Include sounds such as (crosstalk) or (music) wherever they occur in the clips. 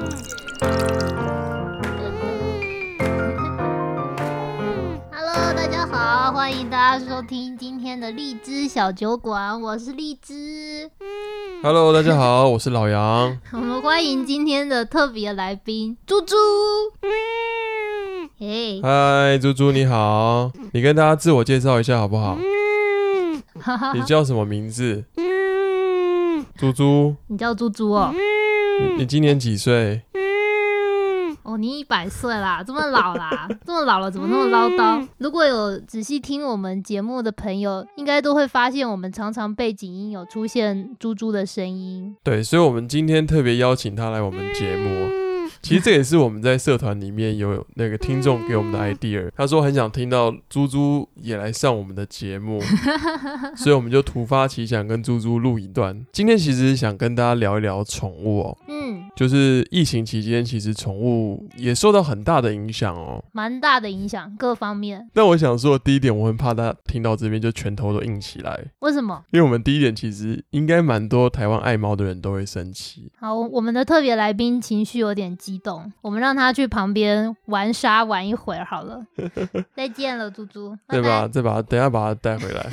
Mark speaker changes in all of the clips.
Speaker 1: 嗯欢迎大家收听今天的荔枝小酒馆，我是荔枝。 (laughs)
Speaker 2: Hello，大家好，我是老杨。
Speaker 1: 我们欢迎今天的特别来宾猪猪。嘿，
Speaker 2: 嗨，猪猪你好，你跟大家自我介绍一下好不好？
Speaker 1: 哈哈
Speaker 2: 你叫什么名字？猪猪，
Speaker 1: 你叫猪猪哦？
Speaker 2: 你你今年几岁？
Speaker 1: 哦，你一百岁啦，这么老啦，这么老了怎么那么唠叨？如果有仔细听我们节目的朋友，应该都会发现我们常常背景音有出现猪猪的声音。
Speaker 2: 对，所以我们今天特别邀请他来我们节目。其实这也是我们在社团里面有那个听众给我们的 idea，他说很想听到猪猪也来上我们的节目，所以我们就突发奇想跟猪猪录一段。今天其实想跟大家聊一聊宠物哦，
Speaker 1: 嗯，
Speaker 2: 就是疫情期间，其实宠物也受到很大的影响哦。
Speaker 1: 蛮大的影响，各方面。
Speaker 2: 那我想说，第一点，我很怕大家听到这边就拳头都硬起来，
Speaker 1: 为什么？
Speaker 2: 因为我们第一点其实应该蛮多台湾爱猫的人都会生气。
Speaker 1: 好，我们的特别来宾情绪有点激动，我们让他去旁边玩沙玩一会儿好
Speaker 2: (laughs)
Speaker 1: 了。再见了，猪猪，拜
Speaker 2: 对吧？
Speaker 1: 拜。
Speaker 2: 再把它等一下把它带回来。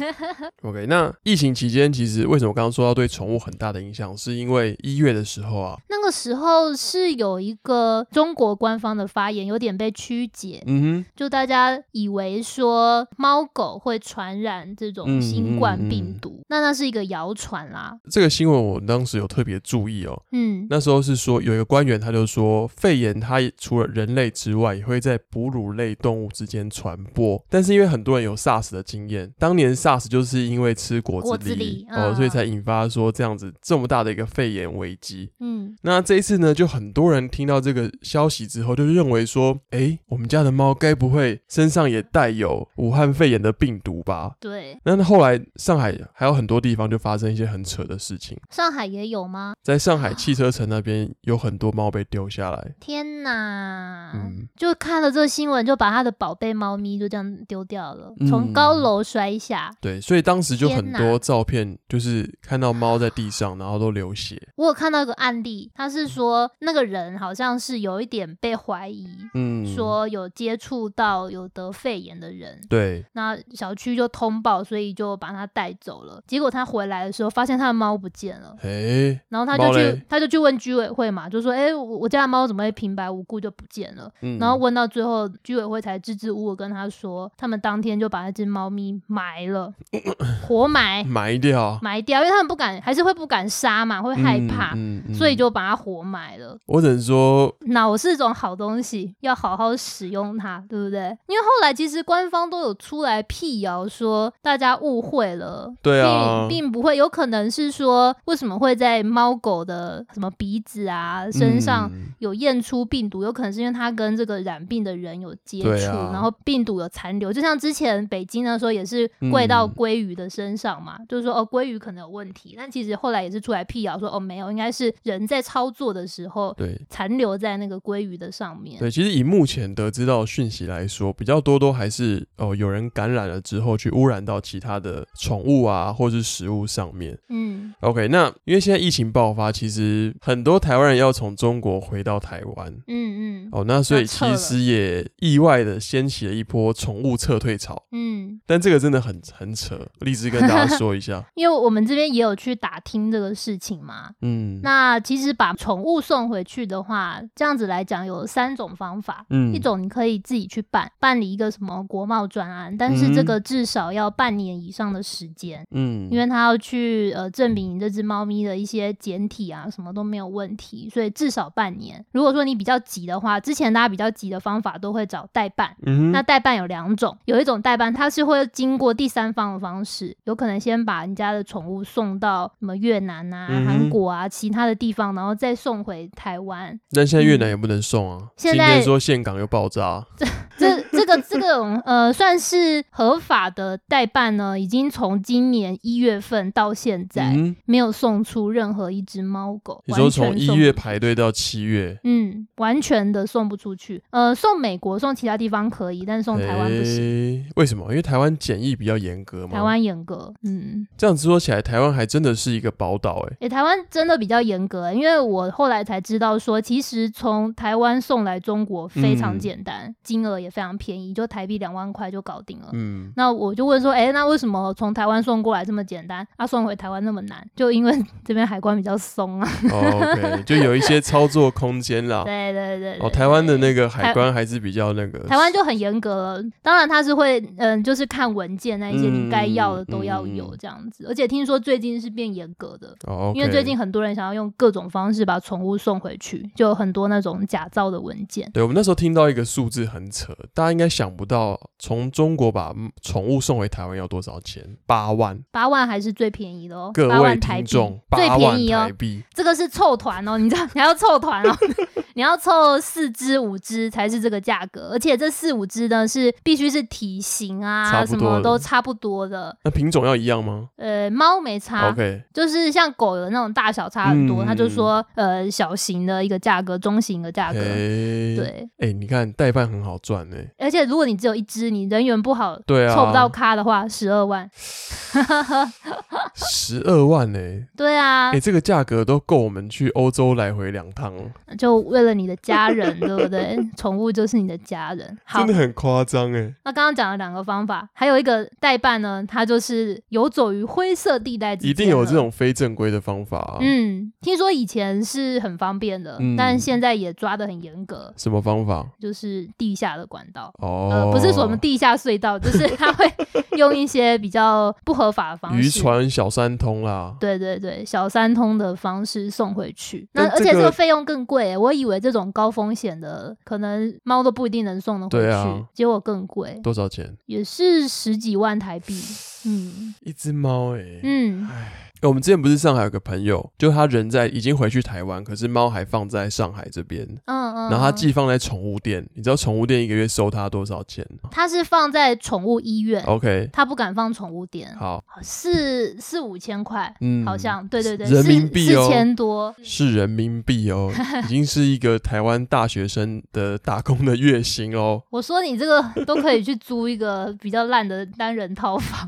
Speaker 2: OK，那疫情期间，其实为什么刚刚说到对宠物很大的影响，是因为一月的时候啊，
Speaker 1: 那个时候是有一个中国官方的发言，有点被曲解，
Speaker 2: 嗯
Speaker 1: 就大家以为说猫狗会传染这种
Speaker 2: 嗯
Speaker 1: 新冠
Speaker 2: 嗯
Speaker 1: 病
Speaker 2: 嗯
Speaker 1: 毒，那那是一个谣传啦。
Speaker 2: 哼，这个新闻我当时有特别注意哦。
Speaker 1: 嗯，
Speaker 2: 那时候是说有一个官员他就说，肺炎它除了人类之外，也会在哺乳类动物之间传播。但是因为很多人有 SARS 的经验，当年 SARS 就是因为吃果
Speaker 1: 果
Speaker 2: 子
Speaker 1: 子狸
Speaker 2: 狸哦，所
Speaker 1: 嗯
Speaker 2: 以才引发说这样子这么大的一个肺炎危机。
Speaker 1: 嗯，
Speaker 2: 那这一次呢，就很多人听到这个消息之后，就认为说，诶，我们家的猫该不会身上也带有武汉肺炎的病毒吧？
Speaker 1: 对，
Speaker 2: 那后来上海还有很多地方就发生一些很扯的事情。
Speaker 1: 上海也有吗？
Speaker 2: 在上海汽车城那边有很多猫被丢下来。
Speaker 1: 天哪！
Speaker 2: 嗯，
Speaker 1: 就看了这个新闻，就把他的宝贝猫咪就这样丢掉了，从
Speaker 2: 嗯
Speaker 1: 高楼摔下。
Speaker 2: 对，所以当时就
Speaker 1: 天
Speaker 2: 很
Speaker 1: 哪
Speaker 2: 多照片，就是看到猫在地上，然后都流血。
Speaker 1: 我有看到一个案例，他
Speaker 2: 嗯
Speaker 1: 是说那个人好像是有一点被怀疑，
Speaker 2: 嗯，
Speaker 1: 说有接触到有得肺炎的人，
Speaker 2: 对，
Speaker 1: 那小区就通报，所以就把他带走了。结果他回来的时候，发现他的猫不见了，
Speaker 2: 诶，
Speaker 1: 然后他就
Speaker 2: 猫
Speaker 1: 去
Speaker 2: 嘞
Speaker 1: 他就去问居委会嘛，就说：“哎、我我家的猫怎么会平白无故就不见了？”
Speaker 2: 嗯，
Speaker 1: 然后问到最后，居委会才支支吾吾跟他说，他们当天就把那只猫咪埋
Speaker 2: (coughs)
Speaker 1: 了，活埋
Speaker 2: 埋掉，
Speaker 1: 埋掉，因为他们不敢，还是会不敢杀嘛，会害
Speaker 2: 嗯
Speaker 1: 怕，
Speaker 2: 嗯嗯
Speaker 1: 所以就把它活埋了。
Speaker 2: 我只能说，
Speaker 1: 脑是一种好东西，要好好使用它，对不对？因为后来其实官方都有出来辟谣说大家误会了。
Speaker 2: 对
Speaker 1: 并
Speaker 2: 啊，
Speaker 1: 并不会，有可能是说为什么会在猫狗的什么鼻子啊、身上
Speaker 2: 嗯
Speaker 1: 有验出病毒，有可能是因为它跟这个染病的人有接
Speaker 2: 对
Speaker 1: 触，
Speaker 2: 啊
Speaker 1: 然后病毒有残留。就像之前北京的时候也是怪到
Speaker 2: 嗯
Speaker 1: 鲑鱼的身上嘛，就是说哦鲑鱼可能有问题，但其实后来也是出来辟谣说哦没有，应该是人在操作的时候
Speaker 2: 对。
Speaker 1: 残留在那个鲑鱼的上面。
Speaker 2: 对，其实以目前得知到的讯息来说，比较多都还是哦、有人感染了之后去污染到其他的宠物啊，或是食物上面。
Speaker 1: 嗯，
Speaker 2: OK，那因为现在疫情爆发，其实很多台湾人要从中国回到台湾
Speaker 1: 嗯嗯
Speaker 2: 哦，那所
Speaker 1: 要
Speaker 2: 以
Speaker 1: 撤了
Speaker 2: 其实也意外的掀起了一波宠物撤退潮，
Speaker 1: 嗯，，
Speaker 2: 但这个真的很很扯，荔枝跟大家说一下
Speaker 1: (laughs) 因为我们这边也有去打听这个事情嘛。
Speaker 2: 嗯，
Speaker 1: 那其实把宠物送回去的话，这样子来讲有三种方法。
Speaker 2: 嗯
Speaker 1: 一种你可以自己去办，办理一个什么国贸专案，但是这个至少要半年以上的时间，
Speaker 2: 嗯，
Speaker 1: 因为他要去呃证明你这只猫咪的一些简体啊什么都没有问题，所以至少半年。如果说你比较急的话，之前大家比较急的方法都会找代办，
Speaker 2: 嗯
Speaker 1: 那
Speaker 2: 哼
Speaker 1: 代办有两种，有一种代办它是会经过第三方的方式，有可能先把人家的宠物送到什么越南啊、
Speaker 2: 嗯哼
Speaker 1: 韩、国啊其他的地方，然后再送回台湾。
Speaker 2: 但现在越南也不能送啊，
Speaker 1: 嗯现
Speaker 2: 今
Speaker 1: 在
Speaker 2: 天说岘港又爆炸， (laughs)
Speaker 1: 这这个这种呃算是合法的代办呢，已经从今年一月份到现在、
Speaker 2: 嗯哼，
Speaker 1: 没有送出任何一只猫狗，
Speaker 2: 你说
Speaker 1: 完全
Speaker 2: 从一
Speaker 1: 送
Speaker 2: 月
Speaker 1: 不出
Speaker 2: 排队到七月，
Speaker 1: 嗯，完全的送不出去。呃，送美国、送其他地方可以，但是送台湾不行，
Speaker 2: 诶为什么？因为台湾检疫比较严格嘛，
Speaker 1: 台湾严格。嗯，
Speaker 2: 这样子说起来，台湾还真的是一个宝岛哎，
Speaker 1: 诶、台湾真的比较严格、欸因为我后来才知道说，其实从台湾送来中国非常
Speaker 2: 嗯
Speaker 1: 简单，金额也非常便宜，宜，就台币两万块就搞定了。
Speaker 2: 嗯，
Speaker 1: 那我就问说，哎、那为什么从台湾送过来这么简单，啊，送回台湾那么难？就因为这边海关比较松啊。
Speaker 2: 哦
Speaker 1: (laughs)
Speaker 2: OK，就有一些操作空间啦。
Speaker 1: 对对对
Speaker 2: 哦，台湾的那
Speaker 1: 个。
Speaker 2: 个海
Speaker 1: 台
Speaker 2: 关还是比较那个，
Speaker 1: 台湾就很严格了，当然他是会，嗯，就是看文件那一些
Speaker 2: 嗯
Speaker 1: 你该要的都要
Speaker 2: 嗯嗯
Speaker 1: 有这样子，而且听说最近是变严格的，
Speaker 2: 哦，OK，
Speaker 1: 因为最近很多人想要用各种方式把宠物送回去，就有很多那种假造的文件。
Speaker 2: 对我们那时候听到一个数字很扯，大家应该想不到，从中国把嗯宠物送回台湾要多少钱？八万，
Speaker 1: 八万还是最便宜的哦，
Speaker 2: 各
Speaker 1: 八
Speaker 2: 位
Speaker 1: 万台
Speaker 2: 听
Speaker 1: 币
Speaker 2: 众，
Speaker 1: 最
Speaker 2: 八
Speaker 1: 便
Speaker 2: 万
Speaker 1: 宜哦
Speaker 2: 台，币，
Speaker 1: 这个是凑团哦， (laughs) 你知道你还要凑团哦， (laughs) 你要凑四只五只才是这个价格，而且这四五只呢是必须是体型
Speaker 2: 差
Speaker 1: 啊
Speaker 2: 不
Speaker 1: 什
Speaker 2: 多
Speaker 1: 么
Speaker 2: 的
Speaker 1: 都差不多的，
Speaker 2: 那品种要一样吗
Speaker 1: 呃，猫没差。
Speaker 2: ？OK，
Speaker 1: 就是像狗的那种大小差很多，
Speaker 2: 嗯
Speaker 1: 他就说呃小型的一个价格，中型的价格，
Speaker 2: 诶，，
Speaker 1: 对。
Speaker 2: 哎，你看代办很好赚哎，
Speaker 1: 而且如果你只有一只，你人缘不好，
Speaker 2: 对啊，
Speaker 1: 凑不到咖的话，十二万，
Speaker 2: 十二万哎，
Speaker 1: 对啊
Speaker 2: 哎，，这个价格都够我们去欧洲来回两趟了，
Speaker 1: 就为了你的家人，对不对？宠物就是你的家人。好
Speaker 2: 真，的很夸张哎，
Speaker 1: 那刚刚讲了两个方法，还有一个代办呢，它就是游走于灰色地带之间
Speaker 2: 一定有这
Speaker 1: 了。
Speaker 2: 种非正规的方法啊，
Speaker 1: 嗯，听说以前是很方便的，
Speaker 2: 嗯
Speaker 1: 但现在也抓得很严格，
Speaker 2: 什么方法？
Speaker 1: 就是地下的管道。
Speaker 2: 哦，
Speaker 1: 呃，不是说我们地下隧道，就是 (laughs) 它会用一些比较不合法的方式，
Speaker 2: 哦渔船小三通啦，
Speaker 1: 对对对，小三通的方式送回去。那
Speaker 2: 但
Speaker 1: 而
Speaker 2: 这
Speaker 1: 且这
Speaker 2: 个
Speaker 1: 个费用更贵欸，我以为这种高风险的，可能猫都不一定能送得回
Speaker 2: 对
Speaker 1: 去，
Speaker 2: 啊
Speaker 1: 结果更贵，
Speaker 2: 多少钱？
Speaker 1: 也是十几万台币。嗯
Speaker 2: 一只猫哎、
Speaker 1: 嗯，
Speaker 2: 我们之前不是上海有个朋友，就他人在已经回去台湾，可是猫还放在上海这边，
Speaker 1: 嗯嗯，
Speaker 2: 然后他
Speaker 1: 嗯
Speaker 2: 寄放在宠物店，你知道宠物店一个月收他多少钱
Speaker 1: 它是放在宠物医院，
Speaker 2: ？OK，
Speaker 1: 它不敢放宠物店，
Speaker 2: 哦好，
Speaker 1: 四四五千块，
Speaker 2: 嗯，
Speaker 1: 嗯好像对对对，
Speaker 2: 人
Speaker 1: 四
Speaker 2: 民币哦
Speaker 1: 四千多，
Speaker 2: 是人民币
Speaker 1: (laughs)
Speaker 2: 哦，已经是一个台湾大学生的打工的月薪哦。
Speaker 1: 我说你这个都可以去租一个比较烂的单人套房，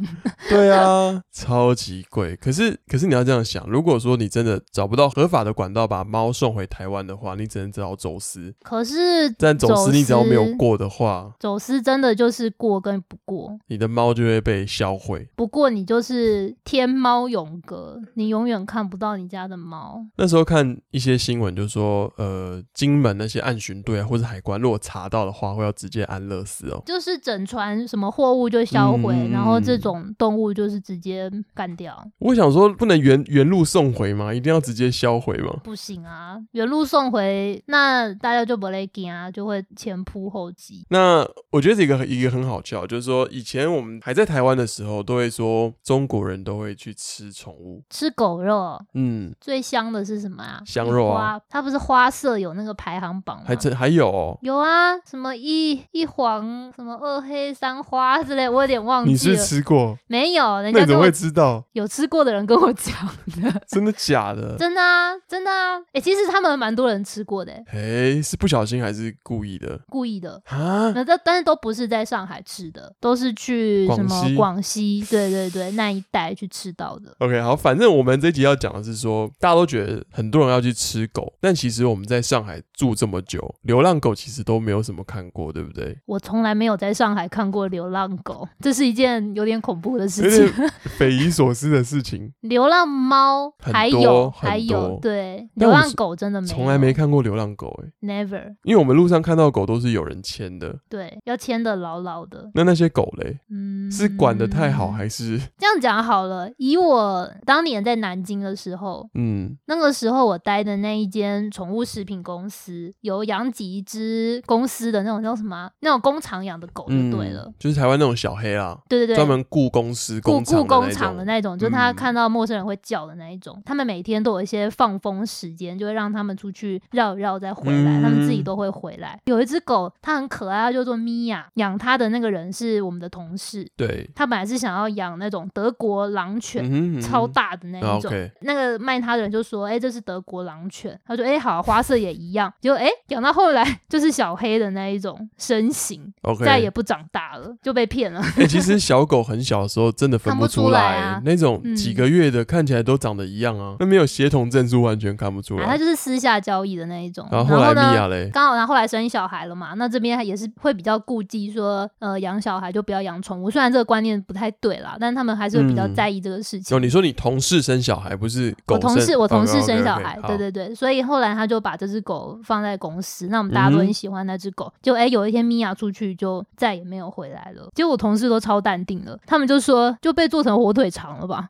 Speaker 2: 对啊，超级贵。可是可是你要这样想，如果说你真的找不到合法的管道把猫送回台湾的话，你只能找走私。
Speaker 1: 可是
Speaker 2: 但走私
Speaker 1: 走
Speaker 2: 你只要没有
Speaker 1: 私
Speaker 2: 过的话，
Speaker 1: 走私真的就是过跟不过，
Speaker 2: 你的猫就会被销毁。
Speaker 1: 不过你就是天猫永隔，你永远看不到你家的猫。
Speaker 2: 那时候看一些新闻，就说呃，金门那些暗巡队啊，或者海关，如果查到的话，会要直接安乐死哦。
Speaker 1: 就是整船什么货物就销毁，
Speaker 2: 嗯
Speaker 1: 然后这种动物就是直接干掉，
Speaker 2: 我想说，不能原原路送回吗？一定要直接销毁吗？
Speaker 1: 不行啊！原路送回，那大家就不累劲啊，就会前仆后继。
Speaker 2: 那我觉得这个一个很好笑，就是说以前我们还在台湾的时候，都会说中国人都会去吃宠物，
Speaker 1: 吃狗肉
Speaker 2: 嗯，
Speaker 1: 最香的是什么啊？
Speaker 2: 香肉啊
Speaker 1: 花，它不是花色有那个排行榜吗？
Speaker 2: 还真还有、哦，
Speaker 1: 有啊，什么一一黄什么二黑三花之类，我有点忘记
Speaker 2: 你
Speaker 1: 了。
Speaker 2: 是不是吃过，
Speaker 1: 没有，人家
Speaker 2: 那你怎
Speaker 1: 跟
Speaker 2: 么
Speaker 1: 我
Speaker 2: 会知道？
Speaker 1: 有吃过的人跟我讲
Speaker 2: (laughs)
Speaker 1: 的，(laughs)
Speaker 2: 真的假的？
Speaker 1: 真的啊，真的啊。哎、其实他们蛮多人吃过的、欸，
Speaker 2: 哎，是不小心还是故意的
Speaker 1: 故意的。 (laughs)
Speaker 2: 啊？
Speaker 1: 那但但是都不是在上海吃的，都是去什
Speaker 2: 广西
Speaker 1: 么广西，对对对，那一带去吃到的。
Speaker 2: OK，好，反正我们这集要讲的是说，大家都觉得很多人要去吃狗，但其实我们在上海住这么久，流浪狗其实都没有什么看过，对不对？
Speaker 1: 我从来没有在上海看过流浪狗，这是一件有点恐怖的
Speaker 2: 有
Speaker 1: 事情。
Speaker 2: 点匪夷所思的事情，
Speaker 1: 流浪猫
Speaker 2: 很
Speaker 1: 还
Speaker 2: 多
Speaker 1: 有
Speaker 2: 很
Speaker 1: 还有
Speaker 2: 多，
Speaker 1: 对，流
Speaker 2: 但我
Speaker 1: 浪
Speaker 2: 是
Speaker 1: 狗 (laughs) 真的没
Speaker 2: 从来
Speaker 1: 有
Speaker 2: 没看过流浪狗、欸，
Speaker 1: never。
Speaker 2: 因为我们路上看到的狗都是有人牵的，
Speaker 1: 对，要牵的牢牢的。
Speaker 2: 那那些狗嘞，
Speaker 1: 嗯，
Speaker 2: 是管的太好还是
Speaker 1: 这样讲好了。以我当年在南京的时候，
Speaker 2: 嗯
Speaker 1: 那个时候我待的那一间宠物食品公司，有养几只公司的那种叫什么啊那种工厂养的狗就
Speaker 2: 嗯
Speaker 1: 对了。
Speaker 2: 就是台湾那种小黑啦，
Speaker 1: 对对
Speaker 2: 专
Speaker 1: 对。
Speaker 2: 门雇公司
Speaker 1: 雇雇
Speaker 2: 工厂
Speaker 1: 工
Speaker 2: 那
Speaker 1: 厂的
Speaker 2: 种，
Speaker 1: 那种，就是他
Speaker 2: 嗯
Speaker 1: 看到陌生人会叫的那一种。他们每天都有一些放风时间，就会让他们出去绕一绕再回来，他们自己
Speaker 2: 嗯
Speaker 1: 都会回来。有一只狗，它很可爱，它叫做米娅。养它的那个人是我们的同事，
Speaker 2: 对，
Speaker 1: 他本来是想要养那种德国狼犬，
Speaker 2: 嗯哼
Speaker 1: 超。大的那
Speaker 2: 啊
Speaker 1: 一种。
Speaker 2: ，OK
Speaker 1: 那个卖他的人就说：“哎、这是德国狼犬。”他说：“哎、好、花色也一样。”结果哎，养、到后来就是小黑的那一种身形，
Speaker 2: OK，
Speaker 1: 再也不长大了，就被骗了。
Speaker 2: 哎欸其实小狗很小的时时候真的分
Speaker 1: 看不
Speaker 2: 出
Speaker 1: 出来
Speaker 2: 来，
Speaker 1: 啊
Speaker 2: 那种
Speaker 1: 嗯
Speaker 2: 几个月的看起来都长得一样啊，那没有协同证书完全看不出
Speaker 1: 啊，
Speaker 2: 来。
Speaker 1: 他就是私下交易的那一种。
Speaker 2: 然
Speaker 1: 然
Speaker 2: 后后来啊米娅
Speaker 1: 呢，
Speaker 2: 嘞，
Speaker 1: 刚好他后来生小孩了嘛，那这边也是会比较顾忌说，呃，养小孩就不要养宠物。虽然这个观念不太对啦，但他们还是会比较
Speaker 2: 嗯
Speaker 1: 在意这个事情。
Speaker 2: 哦，你说你同事生小孩不是狗
Speaker 1: 我
Speaker 2: 生？哦
Speaker 1: 同事，我同事生小
Speaker 2: OK，OK，
Speaker 1: 孩，
Speaker 2: 好
Speaker 1: 对对对，所以后来他就把这只狗放在公司，那我们大
Speaker 2: 嗯
Speaker 1: 家都很喜欢那只狗。就哎、有一天米娅出去就再也没有回来了，结果我同事都超淡定了，他们就说就被做成火腿肠了吧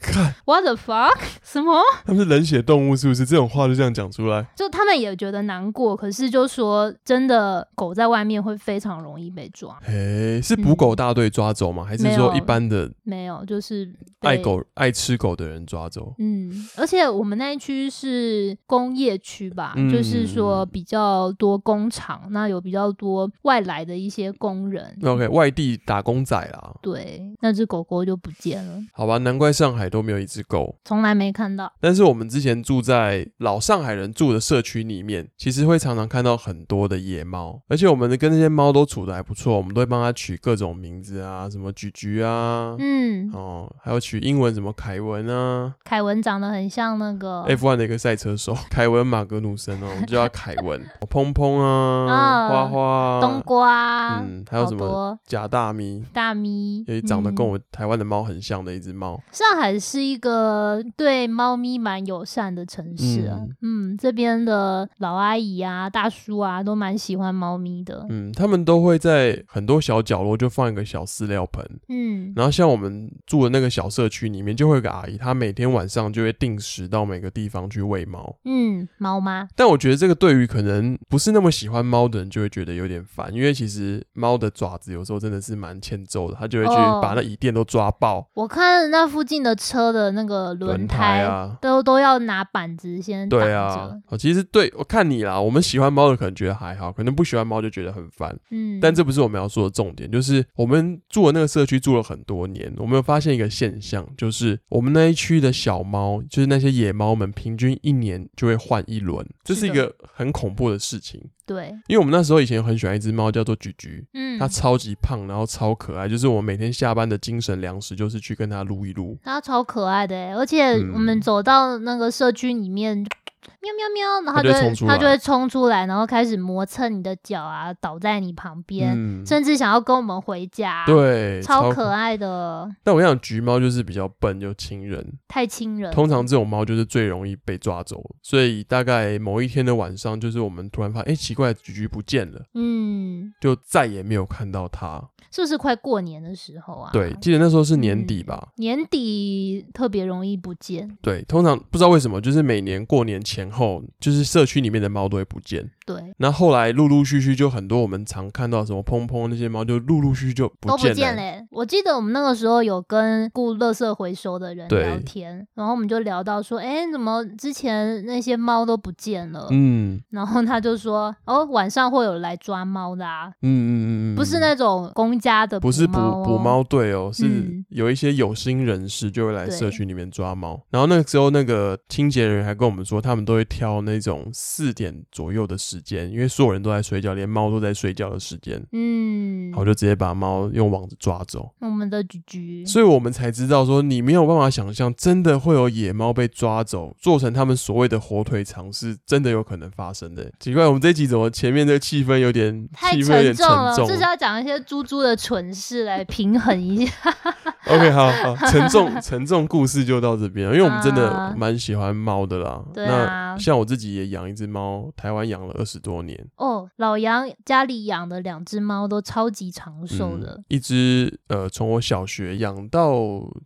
Speaker 2: 看
Speaker 1: (laughs) ？What the fuck？什么？
Speaker 2: 他们是冷血动物是不是？这种话就这样讲出来，
Speaker 1: 就他们也觉得难过，可是就说真的，狗在外面会非常容易被抓。嗯
Speaker 2: 诶，哎是捕狗大队抓走吗？还是
Speaker 1: 没
Speaker 2: 说
Speaker 1: 有
Speaker 2: 一般的
Speaker 1: 没有，就是被
Speaker 2: 爱。狗爱吃狗的人抓走？
Speaker 1: 嗯，而且我们那一区是工业区吧，
Speaker 2: 嗯
Speaker 1: 就是说比较多工厂，那有比较多外来的一些工人。
Speaker 2: OK，外地打工仔啦，
Speaker 1: 对，那只狗狗就不见了，
Speaker 2: 好吧，难怪上海都没有一只狗。
Speaker 1: 从来没看到。
Speaker 2: 但是我们之前住在老上海人住的社区里面，其实会常常看到很多的野猫，而且我们跟那些猫都处的还不错，我们都会帮它取各种名字啊，什么菊菊啊，
Speaker 1: 嗯，
Speaker 2: 哦，还有取英文什么凯文啊
Speaker 1: 凯文长得很像那个
Speaker 2: ，F1 的一个赛车手 (laughs) 凯文马格努森哦，我们就叫他凯
Speaker 1: (laughs)
Speaker 2: 文，砰砰啊，
Speaker 1: 啊
Speaker 2: 花花
Speaker 1: 冬
Speaker 2: 啊，
Speaker 1: 瓜，
Speaker 2: 嗯，还有
Speaker 1: 好
Speaker 2: 什么
Speaker 1: 多
Speaker 2: 假大咪，
Speaker 1: 大咪，
Speaker 2: 也长得
Speaker 1: 嗯
Speaker 2: 跟我台湾的猫很像的一只猫。
Speaker 1: 上海是一个对猫咪蛮友善的城市啊，嗯这边的老阿姨啊、大叔啊都蛮喜欢猫咪的，
Speaker 2: 嗯，他们都会在很多小角落就放一个小饲料盆，
Speaker 1: 嗯
Speaker 2: 然后像我们住的那个小社区里面，就会有个阿姨，她每天晚上就会定时到每个地方去喂猫。
Speaker 1: 嗯，猫妈，
Speaker 2: 但我觉得这个对于可能不是那么喜欢猫的人，就会觉得有点烦，因为其实猫的爪子有时候真的是蛮欠揍的，它就会去
Speaker 1: 哦
Speaker 2: 把那椅垫都抓爆，
Speaker 1: 我看那附近的车的那个
Speaker 2: 轮
Speaker 1: 轮
Speaker 2: 胎啊。
Speaker 1: 都都要拿板子先挡
Speaker 2: 对
Speaker 1: 着，
Speaker 2: 啊，哦，其实对我看你啦，我们喜欢猫的可能觉得还好，可能不喜欢猫就觉得很烦。
Speaker 1: 嗯，
Speaker 2: 但这不是我们要说的重点，就是我们住的那个社区住了很多年，我们有发现一个现象，就是我们那一区的小猫，就是那些野猫们，平均一年就会换一轮，这是一
Speaker 1: 是的
Speaker 2: 个很恐怖的事情。
Speaker 1: 对，
Speaker 2: 因为我们那时候以前很喜欢一只猫，叫做菊菊，
Speaker 1: 嗯，
Speaker 2: 它超级胖，然后超可爱，就是我每天下班的精神粮食就是去跟它撸一撸。
Speaker 1: 它超可爱的欸、而且
Speaker 2: 嗯
Speaker 1: 我们走到那个社区里面，喵喵喵，然后它
Speaker 2: 它就
Speaker 1: 就会它
Speaker 2: 会冲出来
Speaker 1: 就会冲出来，然后开始磨蹭你的脚啊，倒在你旁边，
Speaker 2: 嗯，
Speaker 1: 甚至想要跟我们回家，，
Speaker 2: 对，
Speaker 1: 超可。爱的，
Speaker 2: 但我想橘猫就是比较笨又亲人，
Speaker 1: 太亲人了。
Speaker 2: 通常这种猫就是最容易被抓走，所以大概某一天的晚上，就是我们突然发现，哎、奇怪，菊菊不见了，
Speaker 1: 嗯，
Speaker 2: 就再也没有看到它。
Speaker 1: 是不是快过年的时候啊？嗯
Speaker 2: 对，，记得那时候是年底吧？
Speaker 1: 年底特别容易不见。
Speaker 2: 对，通常不知道为什么，就是每年过年前后，就是社区里面的猫都会不见。
Speaker 1: 对，
Speaker 2: 那后来陆陆续续就很多我们常看到什么砰砰那些猫，就陆陆续续就不
Speaker 1: 都不
Speaker 2: 见了。
Speaker 1: 见嘞、我记得我们那个时候有跟雇垃圾回收的人
Speaker 2: 对
Speaker 1: 聊天，然后我们就聊到说，哎、怎么之前那些猫都不见了？
Speaker 2: 嗯
Speaker 1: 然后他就说，哦，晚上会有来抓猫的啊，
Speaker 2: 嗯嗯嗯嗯，
Speaker 1: 不是那种公家的、
Speaker 2: 不是捕
Speaker 1: 猫、哦，
Speaker 2: 捕猫队哦，是
Speaker 1: 嗯
Speaker 2: 有一些有心人士就会来
Speaker 1: 对
Speaker 2: 社区里面抓猫。然后那个时候，那个清洁人员还跟我们说，他们都会挑那种四点左右的时间，因为所有人都在睡觉，连猫都在睡觉的时间，
Speaker 1: 嗯
Speaker 2: 然，后就直接把猫用网子抓走。
Speaker 1: 我们的菊菊，
Speaker 2: 所以我们才知道说，你没有办法想象，真的会有野猫被抓走，做成他们所谓的火腿肠，是真的有可能发生的。奇怪，我们这一集怎么前面这个气氛有点
Speaker 1: 太
Speaker 2: 气
Speaker 1: 沉
Speaker 2: 氛有点
Speaker 1: 重
Speaker 2: 沉
Speaker 1: 了，
Speaker 2: 重
Speaker 1: 这是要讲一些猪猪的蠢事来平衡一
Speaker 2: (laughs)
Speaker 1: 下。
Speaker 2: OK，
Speaker 1: (laughs)
Speaker 2: 好好，沉重沉重故事就到这边了，因为我们真的
Speaker 1: 啊
Speaker 2: 蛮喜欢猫的啦。
Speaker 1: 对啊
Speaker 2: 那像我自己也养一只猫，台湾养了二十多年，
Speaker 1: 哦，老杨家里养的两只猫都超级长寿的
Speaker 2: 嗯，、一只呃从我小学养到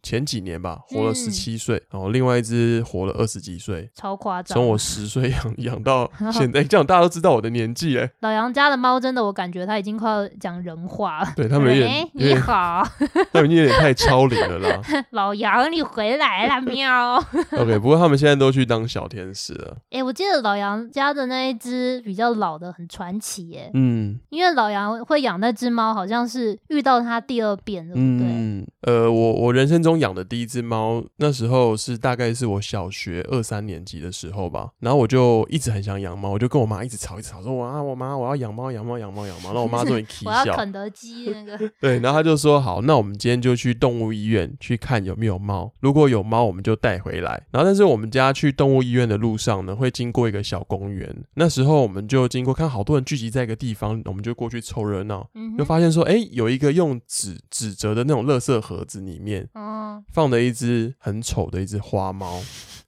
Speaker 2: 前几年吧，活了
Speaker 1: 嗯
Speaker 2: 十七岁，然后另外一只活了二十几岁。
Speaker 1: 超夸张。
Speaker 2: 从我十岁养 (laughs)
Speaker 1: (laughs)
Speaker 2: 养到现在，这样大家都知道我的年纪哎。
Speaker 1: 老杨家的猫真的，我感觉它已经快要讲人话了。
Speaker 2: 对他们有点
Speaker 1: 喂
Speaker 2: 有
Speaker 1: 你
Speaker 2: 点，
Speaker 1: 好， (laughs)
Speaker 2: 他们有点太超龄了啦。
Speaker 1: 老杨，你回来了，喵。
Speaker 2: OK，不过他们现在都去当小天使始了。
Speaker 1: 哎、我记得老杨家的那一只比较老的很传奇耶，
Speaker 2: 嗯
Speaker 1: 因为老杨会养那只猫，好像是遇到它第二遍，对不对？
Speaker 2: 嗯，呃，我我人生中养的第一只猫，那时候是大概是我小学二三年级的时候吧，然后我就一直很想养猫，我就跟我妈一直吵一直吵，说我啊我妈我要养猫养猫养猫养猫，然后我妈
Speaker 1: (laughs)
Speaker 2: 终于起
Speaker 1: 我要
Speaker 2: 笑，
Speaker 1: 肯德基那
Speaker 2: (laughs)
Speaker 1: 个
Speaker 2: 对，然后她就说好，那我们今天就去动物医院去看有没有猫，如果有猫我们就带回来。然后但是我们家去动物医院的路上呢，会经过一个小公园，那时候我们就经过看好多人聚集在一个地方，我们就过去凑热闹，
Speaker 1: 嗯
Speaker 2: 就
Speaker 1: 哼，
Speaker 2: 发现说，哎、有一个用纸纸折的那种垃圾盒子里面
Speaker 1: 哦，
Speaker 2: 放了一只很丑的一只花猫，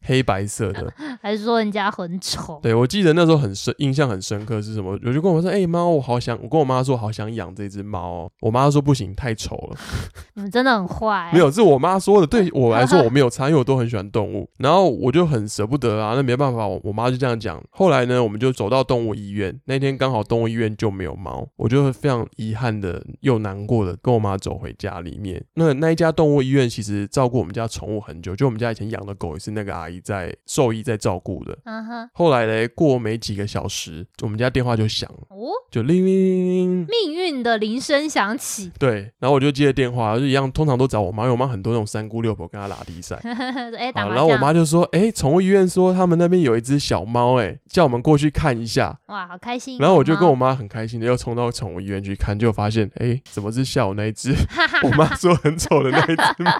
Speaker 2: 黑白色的。
Speaker 1: 还是说人家很丑？
Speaker 2: 对我记得那时候很深，印象很深刻是什么？我就跟我妈说，哎、妈，我好想，我跟我妈说好想养这只猫、哦。我妈说不行，太丑了。
Speaker 1: 你们真的很坏、
Speaker 2: 没有，这是我妈说的。对我来说，我没有差，因为我都很喜欢动物。然后我就很舍不得啊，那没办法，我我妈就这样讲。后来呢，我们就走到动物医院，那天刚好动物医院就没有猫，我就非常遗憾的又难过的跟我妈走回家里面。那那一家动物医院其实照顾我们家宠物很久，就我们家以前养的狗也是那个阿姨在兽医在照顾的。
Speaker 1: 嗯哼，
Speaker 2: 后来嘞，过没几个小时，我们家电话就响了，
Speaker 1: 哦，
Speaker 2: 就铃铃铃铃铃，
Speaker 1: 命运的铃声响起， (laughs)
Speaker 2: 对，然后我就接了电话，就一样，通常都找我妈，因为我妈很多那种三姑六婆跟她拉低赛。
Speaker 1: 哎、打
Speaker 2: 好，
Speaker 1: 麻
Speaker 2: 然后我
Speaker 1: 将，
Speaker 2: 妈就说：“哎、宠物医院说他们那边有一只小猫，哎，叫我们过去看一下。
Speaker 1: 哇，好开”心。哦
Speaker 2: 然后我就
Speaker 1: 有
Speaker 2: 跟我
Speaker 1: 猫
Speaker 2: 妈很开心的又冲到宠物医院去看，就发现，哎、怎么是下午那
Speaker 1: (laughs)
Speaker 2: 一只？我妈说很丑的那一只猫，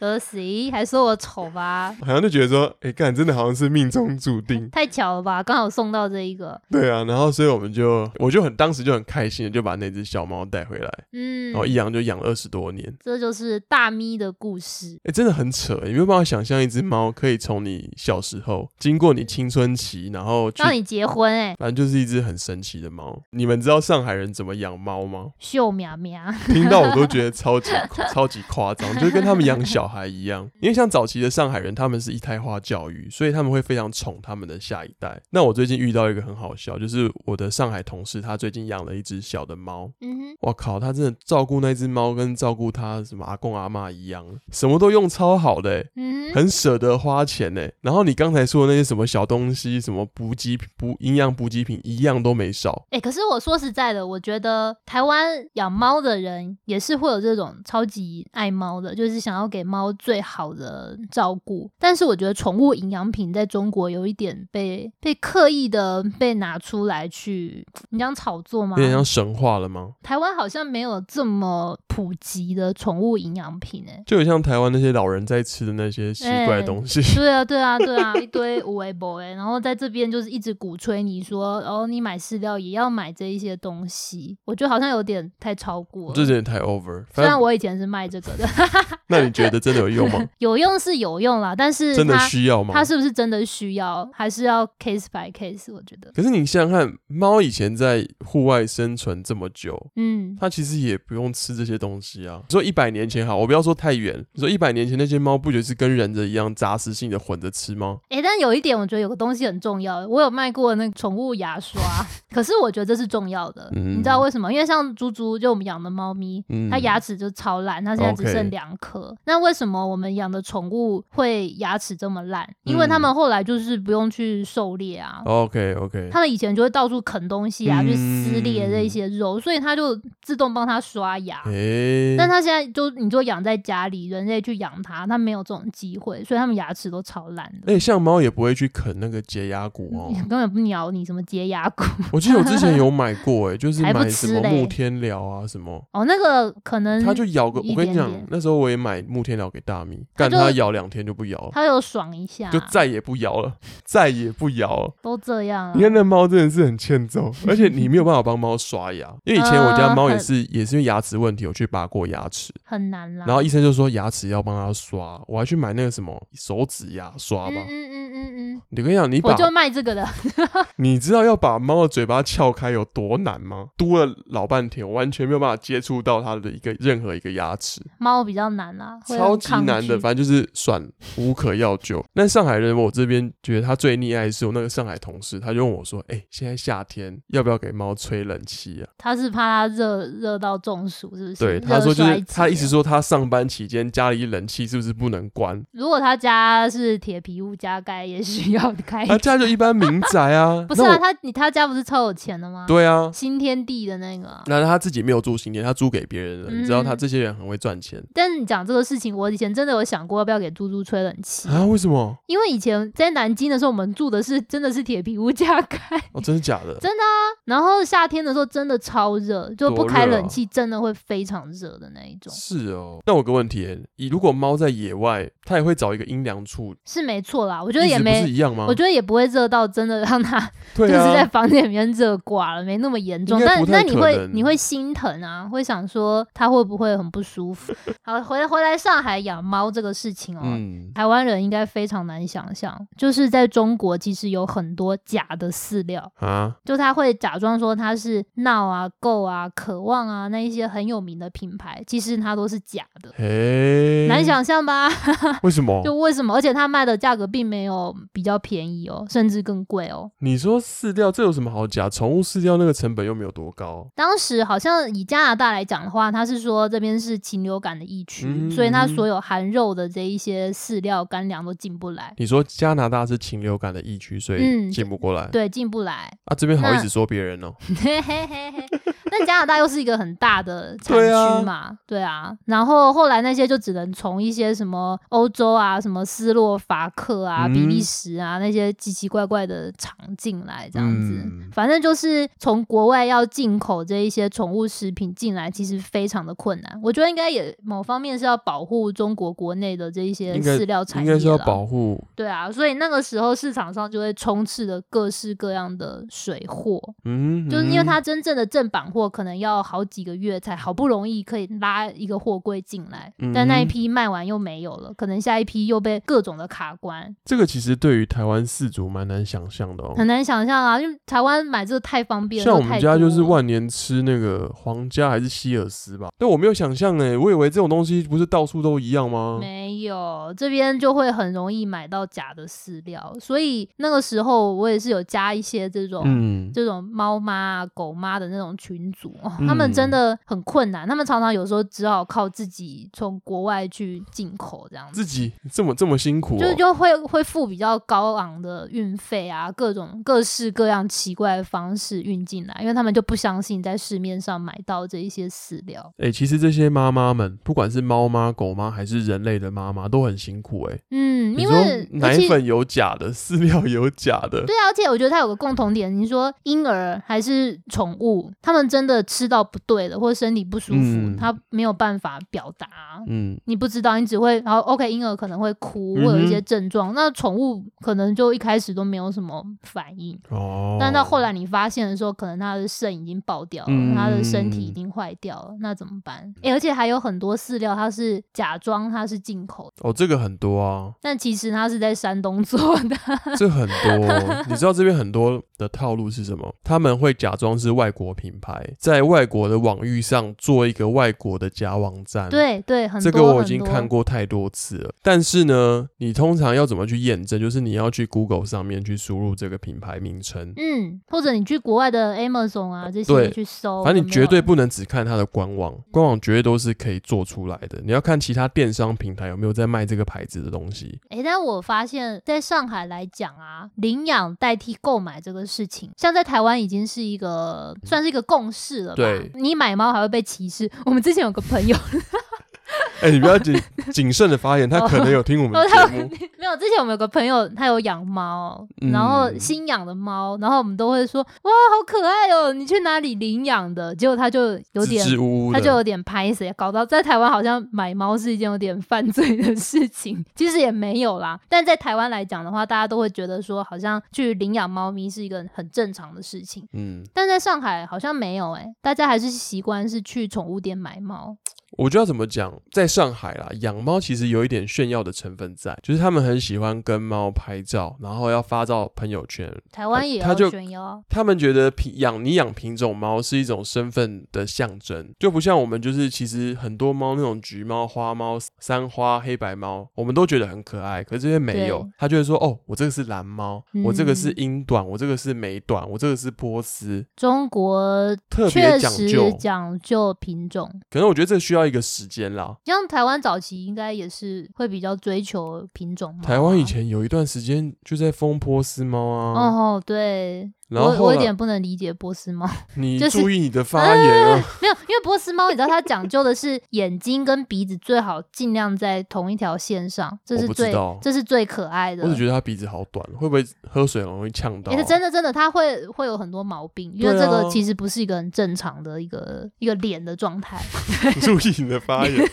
Speaker 1: 呃谁还说我丑吧？
Speaker 2: 好像就觉得说，哎、干，真的好像是命中注定，
Speaker 1: 太巧了吧，刚好送到这一个，
Speaker 2: 对啊。然后所以我们就，我就很当时就很开心的就把那只小猫带回来，
Speaker 1: 嗯
Speaker 2: 然，后哦一养就养了二十多年。
Speaker 1: 这就是大咪的故事。
Speaker 2: 哎、真的很扯，你没有办法想象一只猫可以从你小时候经过你青春期，然后去
Speaker 1: 让你结婚哎、
Speaker 2: 反正就是一只很神奇的猫。你们知道上海人怎么养猫吗？
Speaker 1: 秀苗苗， (laughs)
Speaker 2: 听到我都觉得超级超级夸 (laughs) 张，就跟他们养小孩一样。因为像早期的上海人，他们是一胎化教育，所以他们会非常宠他们的下一代。那我最近遇到一个很好笑，就是我的上海同事，他最近养了一只小的猫。
Speaker 1: 嗯
Speaker 2: 我靠，他真的照顾那只猫，跟照顾他什么阿公阿妈一样，什么都用超好的、欸。
Speaker 1: 哼，嗯哼，
Speaker 2: 很舍得花钱呢。然后你刚才说的那些什么小东西，什么补给补营养补给品，一样都没少。
Speaker 1: 哎、可是我说实在的，我觉得台湾养猫的人也是会有这种超级爱猫的，就是想要给猫最好的照顾。但是我觉得宠物营养品在中国有一点被被刻意的被拿出来去，你讲炒作吗
Speaker 2: 有？点像神话了吗？
Speaker 1: 台湾好像没有这么普及的宠物营养品哎、
Speaker 2: 就很像台湾那些老人在吃的那些奇怪的东西。 (laughs)
Speaker 1: 对啊，对啊，对啊，一堆无为 boy，然后在这边就是一直鼓吹你说，哦，你买饲料也要买这一些东西，我觉得好像有点太超过
Speaker 2: 这有
Speaker 1: 了。
Speaker 2: 点太
Speaker 1: 虽
Speaker 2: over，反
Speaker 1: 然
Speaker 2: 正
Speaker 1: 我以前是卖这个的， (laughs)
Speaker 2: 那你觉得真的有用吗？
Speaker 1: 有用是有用啦，但 (laughs) 是
Speaker 2: 真的
Speaker 1: 它
Speaker 2: 需要吗？
Speaker 1: 它是不是真的需要，还是要 case by case？我觉得，
Speaker 2: 可是你想想看，猫以前在户外生存这么久，
Speaker 1: 嗯，
Speaker 2: 它其实也不用吃这些东西啊。你说一百年前好，我不要说太远，你说一百年前那些猫不就是跟人的一样杂食性的混着吃吗？
Speaker 1: 诶，但有一点我觉得有个东西很重要，我有卖过那个宠物牙刷， (laughs) 可是我觉得这是重要的，你知道
Speaker 2: 嗯
Speaker 1: 为什么？因为像猪猪，就我们养的猫咪，
Speaker 2: 嗯，
Speaker 1: 它牙齿就超烂，它现在只
Speaker 2: OK
Speaker 1: 剩两颗。那为什么我们养的宠物会牙齿这么烂？因为它
Speaker 2: 嗯哦
Speaker 1: 们后来就是不用去狩猎啊。
Speaker 2: OK OK，
Speaker 1: 它们以前就会到处啃东西啊，去撕裂这
Speaker 2: 嗯
Speaker 1: 些肉，所以它就自动帮它刷牙。
Speaker 2: 诶、
Speaker 1: 但它现在就你就养在家里，人类去养它，它没有这种机会，所以它们牙齿都超烂的，
Speaker 2: 而且像猫也不会去啃那个洁牙骨哦。
Speaker 1: (laughs) 根本不鸟你什么洁牙骨。
Speaker 2: 我记得我之前
Speaker 1: (laughs)
Speaker 2: 有买过、诶，就是
Speaker 1: 还不
Speaker 2: 买什么
Speaker 1: 吃嘞
Speaker 2: 木天疗啊什么，
Speaker 1: 哦，那个可能
Speaker 2: 它就咬个。
Speaker 1: 一
Speaker 2: 我跟你
Speaker 1: 点
Speaker 2: 讲
Speaker 1: 点，
Speaker 2: 那时候我也买木天疗给大米，
Speaker 1: 它
Speaker 2: 干
Speaker 1: 就
Speaker 2: 它咬两天就不咬了，
Speaker 1: 它有爽一下，啊
Speaker 2: 就再也不咬了，再也不咬了。
Speaker 1: 都这样啊了
Speaker 2: 你。看那猫真的是很欠揍，而且你没有办法帮猫刷牙，因为以前我
Speaker 1: 嗯
Speaker 2: 家猫也是也是因为牙齿问题，我去拔过牙齿，
Speaker 1: 很难啦。
Speaker 2: 然后医生就说牙齿要帮它刷，我还去买那个什么手指牙刷
Speaker 1: 嗯
Speaker 2: 吧
Speaker 1: 嗯。嗯嗯嗯，
Speaker 2: 你跟你讲，你
Speaker 1: 我
Speaker 2: 把
Speaker 1: 就卖这个的。
Speaker 2: 你知道要把猫的嘴巴撬开有多难吗？嘟了老半天，我完全没有办法接触到它的一个任何一个牙齿，
Speaker 1: 猫比较难啦，会
Speaker 2: 超
Speaker 1: 很
Speaker 2: 级
Speaker 1: 抗
Speaker 2: 难的。
Speaker 1: 拒
Speaker 2: 反正就是算了无可药救。但上海人，我这边觉得他最溺爱的是我那个上海同事，他就问我说：“哎、现在夏天要不要给猫吹冷气啊
Speaker 1: 他是怕它热热到中暑，是不？”是？
Speaker 2: 对，他说就
Speaker 1: 热衰
Speaker 2: 是
Speaker 1: 竭啊
Speaker 2: 他一直说他上班期间家里冷气是不是不能关？
Speaker 1: 如果他家是铁皮屋加盖，也许要好开。，
Speaker 2: 他啊家就一般民宅啊
Speaker 1: 哎 (laughs) 不是啊，他你他家不是超有钱的吗？
Speaker 2: 那我，对啊，
Speaker 1: 新天地的那个啊。
Speaker 2: 那他自己没有住新店，他租给别人了。你知道他
Speaker 1: 嗯
Speaker 2: 这些人很会赚钱
Speaker 1: 但是你讲这个事情，我以前真的有想过要不要给猪猪吹冷气，
Speaker 2: 啊？为什么？
Speaker 1: 因为以前在南京的时候，我们住的是真的是铁皮屋加盖，
Speaker 2: 哦，真的假的？
Speaker 1: 真然后夏天的时候真的超热，就不
Speaker 2: 多
Speaker 1: 开
Speaker 2: 热啊
Speaker 1: 冷气真的会非常热的那一种，
Speaker 2: 是哦。那我有个问题耶，你如果猫在野外，它也会找一个阴凉处，
Speaker 1: 是没错啦。我觉得
Speaker 2: 意
Speaker 1: 也
Speaker 2: 思不是
Speaker 1: 没，
Speaker 2: 一样吗？啊
Speaker 1: 我觉得也不会热到真的让它就
Speaker 2: 对
Speaker 1: 是在
Speaker 2: 啊，
Speaker 1: 房间里面热挂了，没那么严重。
Speaker 2: 应该
Speaker 1: 但
Speaker 2: 不
Speaker 1: 那
Speaker 2: 太
Speaker 1: 你
Speaker 2: 可
Speaker 1: 会
Speaker 2: 能
Speaker 1: 你会心疼啊，会想说它会不会很不舒服？好，回回来上海养猫这个事情哦，
Speaker 2: 嗯，
Speaker 1: 台湾人应该非常难想象，就是在中国其实有很多假的饲料，
Speaker 2: 啊，
Speaker 1: 就他会假装说它是闹啊、够啊、渴望啊那一些很有名的品牌，其实它都是假的，
Speaker 2: 嘿，
Speaker 1: 难想象吧？
Speaker 2: 为什么？
Speaker 1: 就为什么？而且它卖的价格并没有比较便宜哦，甚至更贵哦。
Speaker 2: 你说饲料这有什么好假？宠物饲料那个成本又没有多高，
Speaker 1: 当时好像以加拿大来讲的话，它是说这边是禽流感的疫区，
Speaker 2: 嗯
Speaker 1: 所以它所有含肉的这一些饲料、干粮都进不来，
Speaker 2: 你说加拿大是禽流感的疫区，所以
Speaker 1: 嗯
Speaker 2: 进不过来、
Speaker 1: 对，进不来。
Speaker 2: 啊，这边好
Speaker 1: 那
Speaker 2: 意思说别人哦，
Speaker 1: 嘿嘿嘿嘿， (laughs) 那加拿大又是一个很大的产
Speaker 2: 对啊
Speaker 1: 区嘛，对啊。然后后来那些就只能从一些什么欧洲啊、什么斯洛伐克啊、
Speaker 2: 嗯
Speaker 1: 比利时啊那些奇奇怪怪的厂进来这样子。
Speaker 2: 嗯
Speaker 1: 反正就是从国外要进口这一些宠物食品进来，其实非常的困难。我觉得应该也某方面是要保护中国国内的这一些
Speaker 2: 应该
Speaker 1: 饲料产
Speaker 2: 应
Speaker 1: 业
Speaker 2: 该是要
Speaker 1: 了。
Speaker 2: 保护
Speaker 1: 对啊，所以那个时候市场上就会充斥着各式各样的水货。
Speaker 2: 嗯，
Speaker 1: 就是因为
Speaker 2: 嗯
Speaker 1: 它真正的正版货可能要好几个月才好不容易可以拉一个货柜进来，但那一
Speaker 2: 嗯哼
Speaker 1: 批卖完又没有了，可能下一批又被各种的卡关，
Speaker 2: 这个其实对于台湾饲主蛮难想象的哦。
Speaker 1: 很难想象啊！因为台湾买这个太方便了，
Speaker 2: 像我
Speaker 1: 又太
Speaker 2: 们家就是
Speaker 1: 多了
Speaker 2: 万年吃那个皇家还是希尔斯吧，但我没有想象哎，我以为这种东西不是到处都一样吗？
Speaker 1: 没有，这边就会很容易买到假的饲料，所以那个时候我也是有加一些这种。
Speaker 2: 嗯，
Speaker 1: 这种猫妈啊、狗妈的那种群组、哦，他们
Speaker 2: 嗯
Speaker 1: 真的很困难，他们常常有时候只好靠自己从国外去进口这样子。
Speaker 2: 自己这么这么辛苦、哦，
Speaker 1: 就就会会付比较高昂的运费啊，各种各式各样奇怪的方式运进来，因为他们就不相信在市面上买到这一些饲料。
Speaker 2: 哎、其实这些妈妈们，不管是猫妈、狗妈，还是人类的妈妈，都很辛苦哎、
Speaker 1: 嗯，
Speaker 2: 你
Speaker 1: 因
Speaker 2: 说
Speaker 1: 为而
Speaker 2: 奶
Speaker 1: 且
Speaker 2: 粉有假的，饲料有假的，
Speaker 1: 对啊，而且我觉得它有个共同点，你说婴儿还是宠物，他们真的吃到不对的或者身体不舒服，
Speaker 2: 嗯
Speaker 1: 他、没有办法表达。
Speaker 2: 嗯，
Speaker 1: 你不知道，你只会然后 OK，婴儿可能会哭，会有一些
Speaker 2: 嗯哼
Speaker 1: 症状。那宠物可能就一开始都没有什么反应，
Speaker 2: 哦，
Speaker 1: 但到后来你发现的时候，可能他的肾已经爆掉了，
Speaker 2: 嗯
Speaker 1: 他的身体已经坏掉了，那怎么办？诶，而且还有很多饲料，它是假装它是进口的，
Speaker 2: 哦，这个很多啊，
Speaker 1: 但其实它是在山东 (laughs) 做的。
Speaker 2: 这很多哦、你知道这边很多的套路是什么？他们会假装是外国品牌，在外国的网域上做一个外国的假网站，。
Speaker 1: 对对，很多
Speaker 2: 这个我已经看
Speaker 1: 过。
Speaker 2: 过太多次了，但是呢，你通常要怎么去验证？就是你要去 Google 上面去输入这个品牌名称，
Speaker 1: 嗯，或者你去国外的 Amazon 啊这些
Speaker 2: 对
Speaker 1: 去搜，
Speaker 2: 反正
Speaker 1: 有
Speaker 2: 你
Speaker 1: 没
Speaker 2: 绝
Speaker 1: 有
Speaker 2: 对不能只看它的官网，
Speaker 1: 啊
Speaker 2: 官网绝对都是可以做出来的。你要看其他电商平台有没有在卖这个牌子的东西。
Speaker 1: 诶，但我发现，在上海来讲啊，领养代替购买这个事情，像在台湾已经是一个算是一个共识了吧？
Speaker 2: 对
Speaker 1: 你买猫还会被歧视。我们之前有个朋友，
Speaker 2: 哎、你不要谨谨慎的发言，他可能有听我们
Speaker 1: 哦
Speaker 2: 节目。
Speaker 1: 没有，之前我们有个朋友，他有养猫，
Speaker 2: 嗯
Speaker 1: 然后新养的猫，然后我们都会说哇，好可爱哦，你去哪里领养的？结果他就 (laughs) 有点
Speaker 2: 支。支吾吾
Speaker 1: 他就
Speaker 2: 的，
Speaker 1: 有点拍谁，搞到在台湾好像买猫是一件有点犯罪的事情， (laughs) 其实也没有啦。但在台湾来讲的话，大家都会觉得说，好像去领养猫咪是一个很正常的事情。
Speaker 2: 嗯，
Speaker 1: 但在上海好像没有诶、大家还是习惯是去宠物店买猫。
Speaker 2: 我觉得要怎么讲，在上海啦，养猫其实有一点炫耀的成分在，就是他们很喜欢跟猫拍照，然后要发到朋友圈。
Speaker 1: 台湾也
Speaker 2: 他
Speaker 1: 要
Speaker 2: 就
Speaker 1: 炫耀，
Speaker 2: 他们觉得品养你养品种猫是一种身份的象征，就不像我们就是其实很多猫那种橘猫、花猫、三花、黑白猫，我们都觉得很可爱，可是这些没有
Speaker 1: 对，
Speaker 2: 他就会说哦，我这个是蓝猫，
Speaker 1: 嗯
Speaker 2: 我这个是英短，我这个是美短，我这个是波斯，
Speaker 1: 中国
Speaker 2: 特别
Speaker 1: 确
Speaker 2: 讲
Speaker 1: 实
Speaker 2: 究。
Speaker 1: 讲究品种，
Speaker 2: 可能我觉得这需要要一个时间啦。
Speaker 1: 像台湾早期应该也是会比较追求品种猫啊。
Speaker 2: 台湾以前有一段时间就在疯波斯猫啊，
Speaker 1: 哦，对，
Speaker 2: 然后
Speaker 1: 我
Speaker 2: 后
Speaker 1: 我有
Speaker 2: 来
Speaker 1: 点不能理解波斯猫，
Speaker 2: 你
Speaker 1: 就是
Speaker 2: 注意你的发言啊。
Speaker 1: 没有，因为波斯猫你知道它讲究的是眼睛跟鼻子最好尽量在同一条线上，这
Speaker 2: 我
Speaker 1: 是
Speaker 2: 不知
Speaker 1: 最
Speaker 2: 道
Speaker 1: 这是最可爱的。
Speaker 2: 我只觉得它鼻子好短，会不会喝水很容易呛到
Speaker 1: 哎也
Speaker 2: 啊？
Speaker 1: 是真的，真的，它会会有很多毛病，因为
Speaker 2: 对
Speaker 1: 这个
Speaker 2: 啊
Speaker 1: 其实不是一个很正常的一个一个脸的状态，
Speaker 2: (laughs) 注意你的发言。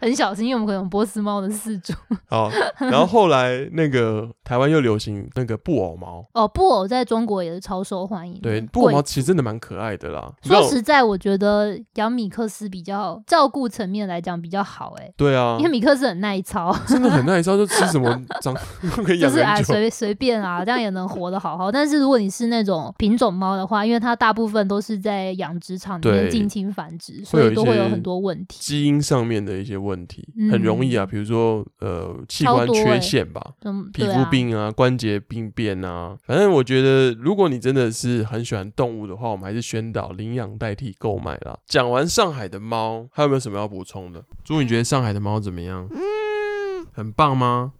Speaker 1: 很小心，因为我们可能有波斯猫的四种。
Speaker 2: 好，然后后来那个台湾又流行那个布偶猫，
Speaker 1: 哦，布偶在中国也是超受欢迎的。
Speaker 2: 对，布偶
Speaker 1: 贵
Speaker 2: 猫其实真的蛮可爱的啦。你知道
Speaker 1: 嗯说实在，我觉得养米克斯比较照顾层面来讲比较好、欸，
Speaker 2: 对啊
Speaker 1: 因为，米克斯很耐操，
Speaker 2: 真的很耐烧，就吃什么长 (laughs) 可
Speaker 1: (laughs)
Speaker 2: 以
Speaker 1: 就
Speaker 2: 养
Speaker 1: 是哎
Speaker 2: 很久。
Speaker 1: 随随便啊，这样也能活得好好。但是如果你是那种品种猫的话，因为它大部分都是在养殖场里面
Speaker 2: 对
Speaker 1: 近亲繁殖，
Speaker 2: 会
Speaker 1: 所
Speaker 2: 有
Speaker 1: 以
Speaker 2: 一
Speaker 1: 都会有
Speaker 2: 些
Speaker 1: 很多问题。
Speaker 2: 基因上面的一些问题、
Speaker 1: 嗯
Speaker 2: 很容易啊，比如说呃器
Speaker 1: 超
Speaker 2: 官
Speaker 1: 多欸
Speaker 2: 缺陷吧，
Speaker 1: 嗯，
Speaker 2: 皮
Speaker 1: 对
Speaker 2: 肤
Speaker 1: 啊，
Speaker 2: 病啊、关节病变啊，反正我觉得，如果你真的是很喜欢动物的话，我们还是宣导领养代替购买啦。讲完上海的猫，还有没有什么要补充的？猪，你觉得上海的猫怎么样？
Speaker 1: 嗯
Speaker 2: 很棒吗？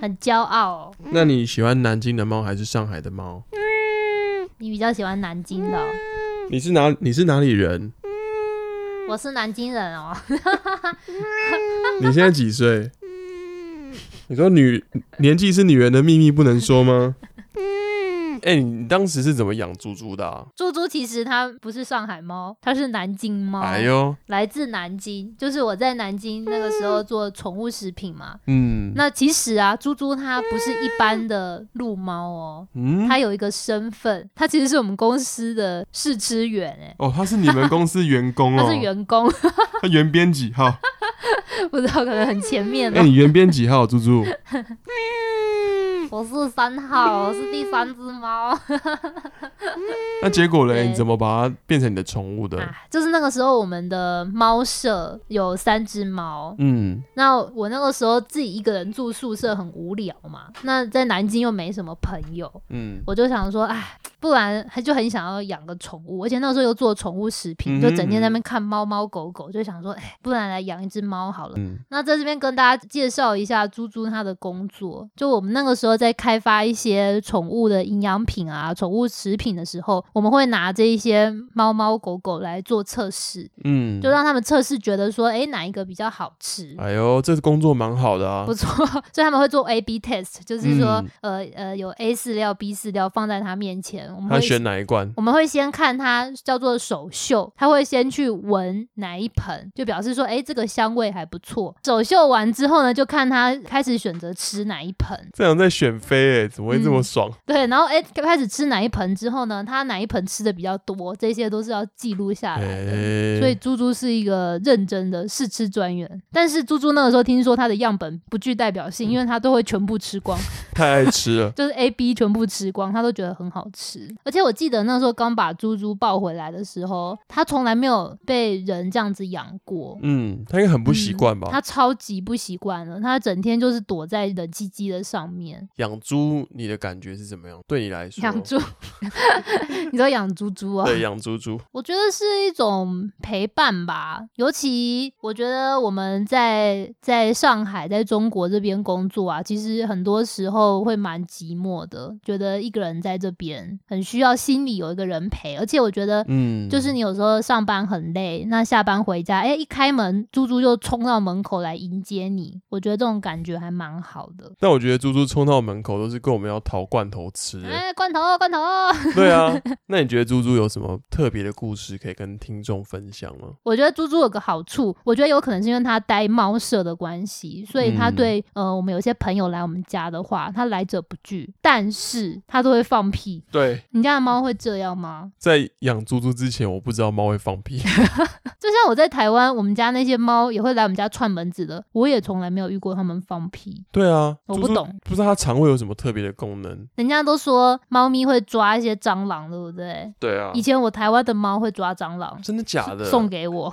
Speaker 1: 很骄傲、哦。
Speaker 2: 那你喜欢南京的猫还是上海的猫？
Speaker 1: 你比较喜欢南京的哦、
Speaker 2: 你是哪你是哪里人？
Speaker 1: 我是南京人哦。嗯
Speaker 2: 你现在几岁？你说女年纪是女人的秘密不能说吗？
Speaker 1: 嗯
Speaker 2: 哎、你你当时是怎么养猪猪的、啊？
Speaker 1: 猪猪其实它不是上海猫，它是南京猫，
Speaker 2: 哎呦，
Speaker 1: 来自南京。就是我在南京那个时候做宠物食品嘛，
Speaker 2: 嗯，
Speaker 1: 那其实啊，猪猪它不是一般的路猫哦，
Speaker 2: 嗯，
Speaker 1: 它有一个身份，它其实是我们公司的试吃员哎。
Speaker 2: 哦，他是你们公司员
Speaker 1: (laughs)
Speaker 2: 工哦，
Speaker 1: 它是员工，
Speaker 2: 他原编几号？
Speaker 1: 不知道可能很前面
Speaker 2: 哎、
Speaker 1: 哦。
Speaker 2: 你原编几号？猪猪，
Speaker 1: 我是三号，我是第三只猫
Speaker 2: 那结果嘞？
Speaker 1: 对
Speaker 2: 你怎么把它变成你的宠物的？
Speaker 1: 啊。就是那个时候，我们的猫舍有三只猫，
Speaker 2: 嗯，
Speaker 1: 那我那个时候自己一个人住宿舍很无聊嘛，那在南京又没什么朋友，
Speaker 2: 嗯，
Speaker 1: 我就想说，哎，不然还就很想要养个宠物，而且那时候又做宠物食
Speaker 2: 嗯
Speaker 1: 品，就整天在那边看猫猫狗狗，就想说，哎，不然来养一只猫好了。
Speaker 2: 嗯
Speaker 1: 那在这边跟大家介绍一下猪猪它的工作。就我们那个时候在开发一些宠物的营养品啊、宠物食品的时候，我们会拿这一些猫猫狗狗来做测试，
Speaker 2: 嗯，
Speaker 1: 就让他们测试觉得说，哎，哪一个比较好吃。
Speaker 2: 哎呦，这工作蛮好的啊
Speaker 1: 不。错，所以他们会做 A B test，就是说，
Speaker 2: 嗯
Speaker 1: 呃呃，有 A 饲料、B 饲料放在他面前，我们
Speaker 2: 他
Speaker 1: 会
Speaker 2: 选哪一罐？
Speaker 1: 我们会先看它叫做首嗅，它会先去闻哪一盆，就表示说，哎，这个香味还不错。首嗅完之后呢，就看它开始选择吃哪一盆，
Speaker 2: 这样在选妃哎、怎么会这么
Speaker 1: 嗯
Speaker 2: 爽？
Speaker 1: 对，然后哎，开始吃哪一盆之后呢，它哪一盆吃的比较多，这些都是要记录下
Speaker 2: 哎、
Speaker 1: 来的。所以猪猪是一个认真的试吃专员，但是猪猪那个时候听说它的样本不具代表性，因为它都会全部吃光，。
Speaker 2: 太爱吃了
Speaker 1: 就是 A、B 全部吃光，他都觉得很好吃。而且我记得那时候刚把猪猪抱回来的时候，他从来没有被人这样子养过。
Speaker 2: 嗯，他应该很不习惯吧？
Speaker 1: 他超级不习惯了，他整天就是躲在冷气机的上面
Speaker 2: 养猪，你的感觉是怎么样？对你来说，
Speaker 1: 养猪。 (laughs) 你说养猪猪啊？
Speaker 2: 对养猪猪，
Speaker 1: 我觉得是一种陪伴吧，尤其我觉得我们在在上海，在中国这边工作啊，其实很多时候会蛮寂寞的，觉得一个人在这边很需要心里有一个人陪，而且我觉得。
Speaker 2: 嗯，
Speaker 1: 就是你有时候上班很累，那下班回家，哎、一开门，猪猪就冲到门口来迎接你，我觉得这种感觉还蛮好的。
Speaker 2: 但我觉得猪猪冲到门口都是跟我们要讨罐头吃、欸。
Speaker 1: 哎、罐头，罐头，
Speaker 2: (laughs) 对啊，那你觉得猪猪有什么特别的故事可以跟听众分享吗？
Speaker 1: 我觉得猪猪有个好处，我觉得有可能是因为它待猫舍的关系，所以它
Speaker 2: 嗯
Speaker 1: 对、呃我们有些朋友来我们家的话，它来者不拒，但是它都会放屁。
Speaker 2: 对，
Speaker 1: 你家的猫会这样吗？ (laughs)
Speaker 2: 在养猪猪之前，我不知道猫会放屁。 (laughs)
Speaker 1: 就像我在台湾，我们家那些猫也会来我们家串门子的，我也从来没有遇过它们放屁。
Speaker 2: 对啊，
Speaker 1: 我
Speaker 2: 猪
Speaker 1: 不
Speaker 2: 猪
Speaker 1: 懂
Speaker 2: 不知道它藏糖会有什么特别的功能？
Speaker 1: 人家都说猫咪会抓一些蟑螂，对不对？
Speaker 2: 对啊
Speaker 1: 以，前我台湾的猫会抓蟑螂，
Speaker 2: 真的假的？
Speaker 1: 送给
Speaker 2: (laughs)
Speaker 1: 我，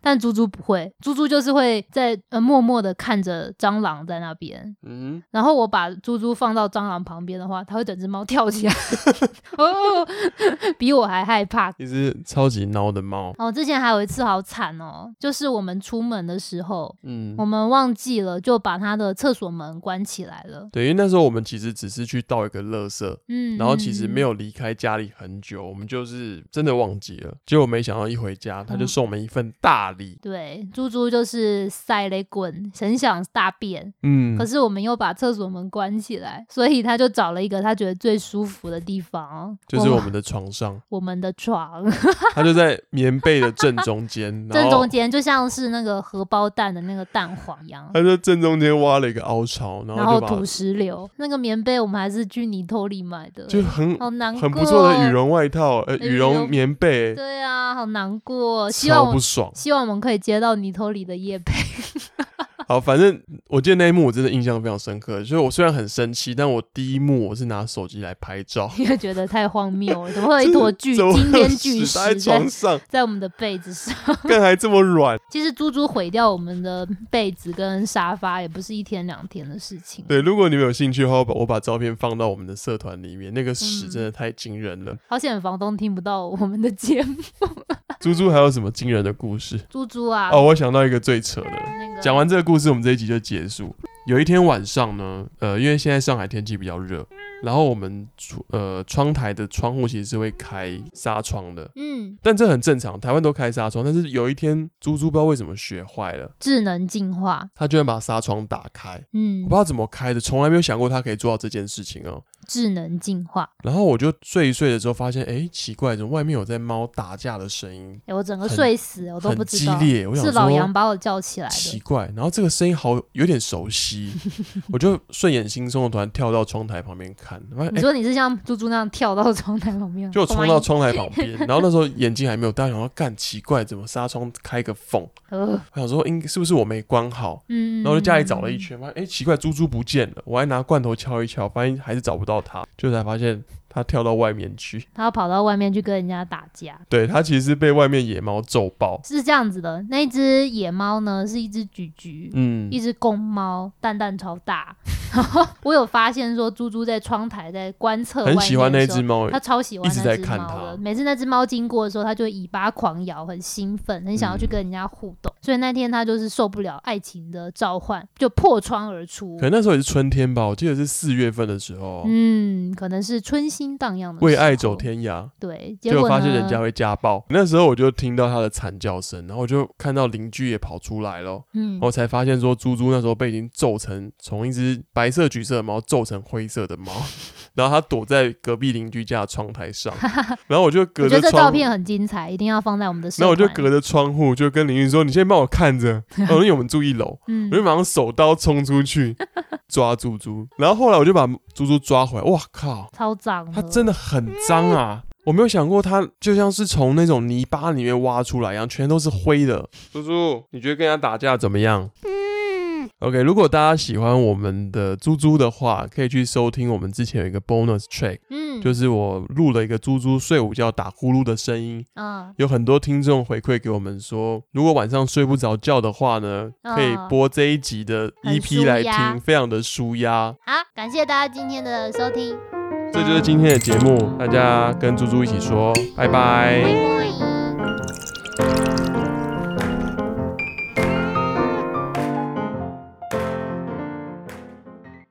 Speaker 1: 但猪猪不会，猪猪就是会在呃默默的看着蟑螂在那边，
Speaker 2: 嗯，
Speaker 1: 然后我把猪猪放到蟑螂旁边的话，它会整只猫跳起来， (laughs) 哦， (laughs) 比我还害怕。
Speaker 2: 一只超级孬的猫，
Speaker 1: 哦，之前还有一次好惨哦，就是我们出门的时候，
Speaker 2: 嗯
Speaker 1: 我，们忘记了就把它的厕所门关起来了。
Speaker 2: 对，因为那时候我们其实只是去倒一个垃圾，
Speaker 1: 嗯，
Speaker 2: 然后其实
Speaker 1: 有，
Speaker 2: 没有离开家里很久，我们就是真的忘记了。结果没想到一回家，
Speaker 1: 嗯
Speaker 2: 他就送我们一份大礼。
Speaker 1: 对，猪猪就是塞雷滚，很想大便，
Speaker 2: 嗯
Speaker 1: 可是我们又把厕所门关起来，所以他就找了一个他觉得最舒服的地方，
Speaker 2: 就是
Speaker 1: 我
Speaker 2: 我
Speaker 1: 们
Speaker 2: 们的床上，
Speaker 1: 我们的床
Speaker 2: 他就在棉被的正中间，然
Speaker 1: (laughs) 正
Speaker 2: 后
Speaker 1: 中间，就像是那个荷包蛋的那个蛋黄一样。
Speaker 2: 他就正中间挖了一个凹槽，然
Speaker 1: 然
Speaker 2: 后
Speaker 1: 后
Speaker 2: 就把
Speaker 1: 土石流，那个棉被我们还是去泥头里买的，
Speaker 2: 就很
Speaker 1: 好难过，哦
Speaker 2: 很不错的羽。绒外套，呃，
Speaker 1: 羽
Speaker 2: 羽
Speaker 1: 绒
Speaker 2: 绒棉被，
Speaker 1: 对啊，好难过。希望
Speaker 2: 超
Speaker 1: 我
Speaker 2: 不爽。
Speaker 1: 希望我们可以接到泥头里的叶配。 (laughs)
Speaker 2: 好，反正我记得那一幕我真的印象非常深刻，就是我虽然很生气，但我第一幕我是拿手机来拍
Speaker 1: (laughs)
Speaker 2: 照，
Speaker 1: 因为觉得太荒谬了，怎么会有一坨巨
Speaker 2: 怎么会有
Speaker 1: 惊天巨
Speaker 2: 屎搭在
Speaker 1: 石在 (laughs)
Speaker 2: 床上，
Speaker 1: 在我们的被子上？ (laughs)
Speaker 2: 更还这么软。
Speaker 1: 其实猪猪毁掉我们的被子跟沙发也不是一天两天的事情。
Speaker 2: 对，如果你们有兴趣的话，我把我把照片放到我们的社团里面，那个屎
Speaker 1: 嗯
Speaker 2: 真的太惊人了。
Speaker 1: 好险房东听不到我们的节目。
Speaker 2: 猪猪还有什么惊人的故事？
Speaker 1: 猪猪啊，
Speaker 2: 哦，我想到一个最扯的。
Speaker 1: 那个
Speaker 2: 讲完这个故事，我们这一集就结束。有一天晚上呢，呃，因为现在上海天气比较热，然后我们窗呃窗台的窗户其实是会开纱窗的，
Speaker 1: 嗯，
Speaker 2: 但这很正常，台湾都开纱窗。但是有一天，猪猪不知道为什么学坏了，
Speaker 1: 智能进化，
Speaker 2: 它居然把纱窗打开，我
Speaker 1: 嗯
Speaker 2: 不知，道怎么开的，从来没有想过它可以做到这件事情哦、
Speaker 1: 智能进化。
Speaker 2: 然后我就睡一睡的时候发现，哎，奇怪，怎么外面有在猫打架的声音，
Speaker 1: 哎、我整个
Speaker 2: 很
Speaker 1: 睡死，我都
Speaker 2: 很
Speaker 1: 不知
Speaker 2: 激
Speaker 1: 道
Speaker 2: 烈。我想
Speaker 1: 是老杨
Speaker 2: 说
Speaker 1: 把我叫起来
Speaker 2: 奇
Speaker 1: 的。
Speaker 2: 怪，然后这个声音好有点熟悉，我就睡眼惺忪的突然跳到窗台旁边看，发现
Speaker 1: 你
Speaker 2: 哎，
Speaker 1: 说你是像猪猪那样跳到窗台旁边，
Speaker 2: (laughs) 就我冲到
Speaker 1: 咣
Speaker 2: 窗台旁
Speaker 1: (laughs)
Speaker 2: 边，然后那时候眼睛还没有大，然后干奇怪，怎么纱窗开个缝？
Speaker 1: 呃
Speaker 2: 我想说应是不是我没关好？
Speaker 1: 嗯，
Speaker 2: 然后就家里找了一圈，发现哎奇怪，猪猪不见了，我还拿罐头敲一敲，发现还是找不到它，就才发现它跳到外面去。
Speaker 1: 他要跑到外面去跟人家打架。
Speaker 2: 对，它其实是被外面野猫揍爆。
Speaker 1: 是这样子的，那一只野猫呢是一只橘橘，
Speaker 2: 嗯，
Speaker 1: 一只公猫，蛋蛋超大。 (laughs) 然后我有发现说，猪猪在窗台在观测，
Speaker 2: 很喜欢那只，猫，
Speaker 1: 它超喜欢
Speaker 2: 一直
Speaker 1: 那
Speaker 2: 在
Speaker 1: 只
Speaker 2: 看
Speaker 1: 猫的。
Speaker 2: 它
Speaker 1: 每次那只猫经过的时候，它就尾巴狂摇，很兴奋，很想要去跟人家互
Speaker 2: 嗯
Speaker 1: 动。所以那天它就是受不了爱情的召唤，就破窗而出
Speaker 2: 可。能那时候也是春天吧，我记得是四月份的时候，
Speaker 1: 嗯，可能是春心荡漾的
Speaker 2: 为
Speaker 1: 时候
Speaker 2: 爱走。天涯，
Speaker 1: 对，结
Speaker 2: 结果
Speaker 1: 果
Speaker 2: 发现人
Speaker 1: 呢
Speaker 2: 家会家暴。那时候我就听到它的惨叫声，然后我就看到邻居也跑出来了，
Speaker 1: 嗯
Speaker 2: 然后才发现说猪猪那时候被已经揍成从一只白色橘色的猫揍成灰色的猫，然后它躲在隔壁邻居家的窗台上，然后我就
Speaker 1: 我
Speaker 2: 隔
Speaker 1: 觉得
Speaker 2: 着
Speaker 1: 这照
Speaker 2: 窗。
Speaker 1: 片很精彩，一定要放在我们的社
Speaker 2: 然后我就
Speaker 1: 团
Speaker 2: 隔着窗户就跟邻居说：“你先帮我看
Speaker 1: (laughs)
Speaker 2: 着，哦，因为我们住一楼，
Speaker 1: 嗯
Speaker 2: 我就马上手刀冲出去抓猪猪，然后后来我就把猪猪抓回来。哇靠，
Speaker 1: 超脏，
Speaker 2: 它真的很脏啊！我没有想过它就像是从那种泥巴里面挖出来一样，全都是灰的。猪猪，你觉得跟人家打架怎么样？OK，如果
Speaker 1: 嗯
Speaker 2: 大家喜欢我们的猪猪的话，可以去收听我们之前有一个 bonus track，
Speaker 1: 嗯
Speaker 2: 就是我录了一个猪猪睡午觉打呼噜的声音，
Speaker 1: 嗯
Speaker 2: 有很多听众回馈给我们说，如果晚上睡不着觉的话呢，
Speaker 1: 嗯
Speaker 2: 可以播这一集的
Speaker 1: 很
Speaker 2: EP 来
Speaker 1: 舒压
Speaker 2: 听，非常的舒压。
Speaker 1: 好，感谢大家今天的收听，
Speaker 2: 这就是今哎天的节目，大家跟猪猪一起说拜拜。
Speaker 1: 拜拜。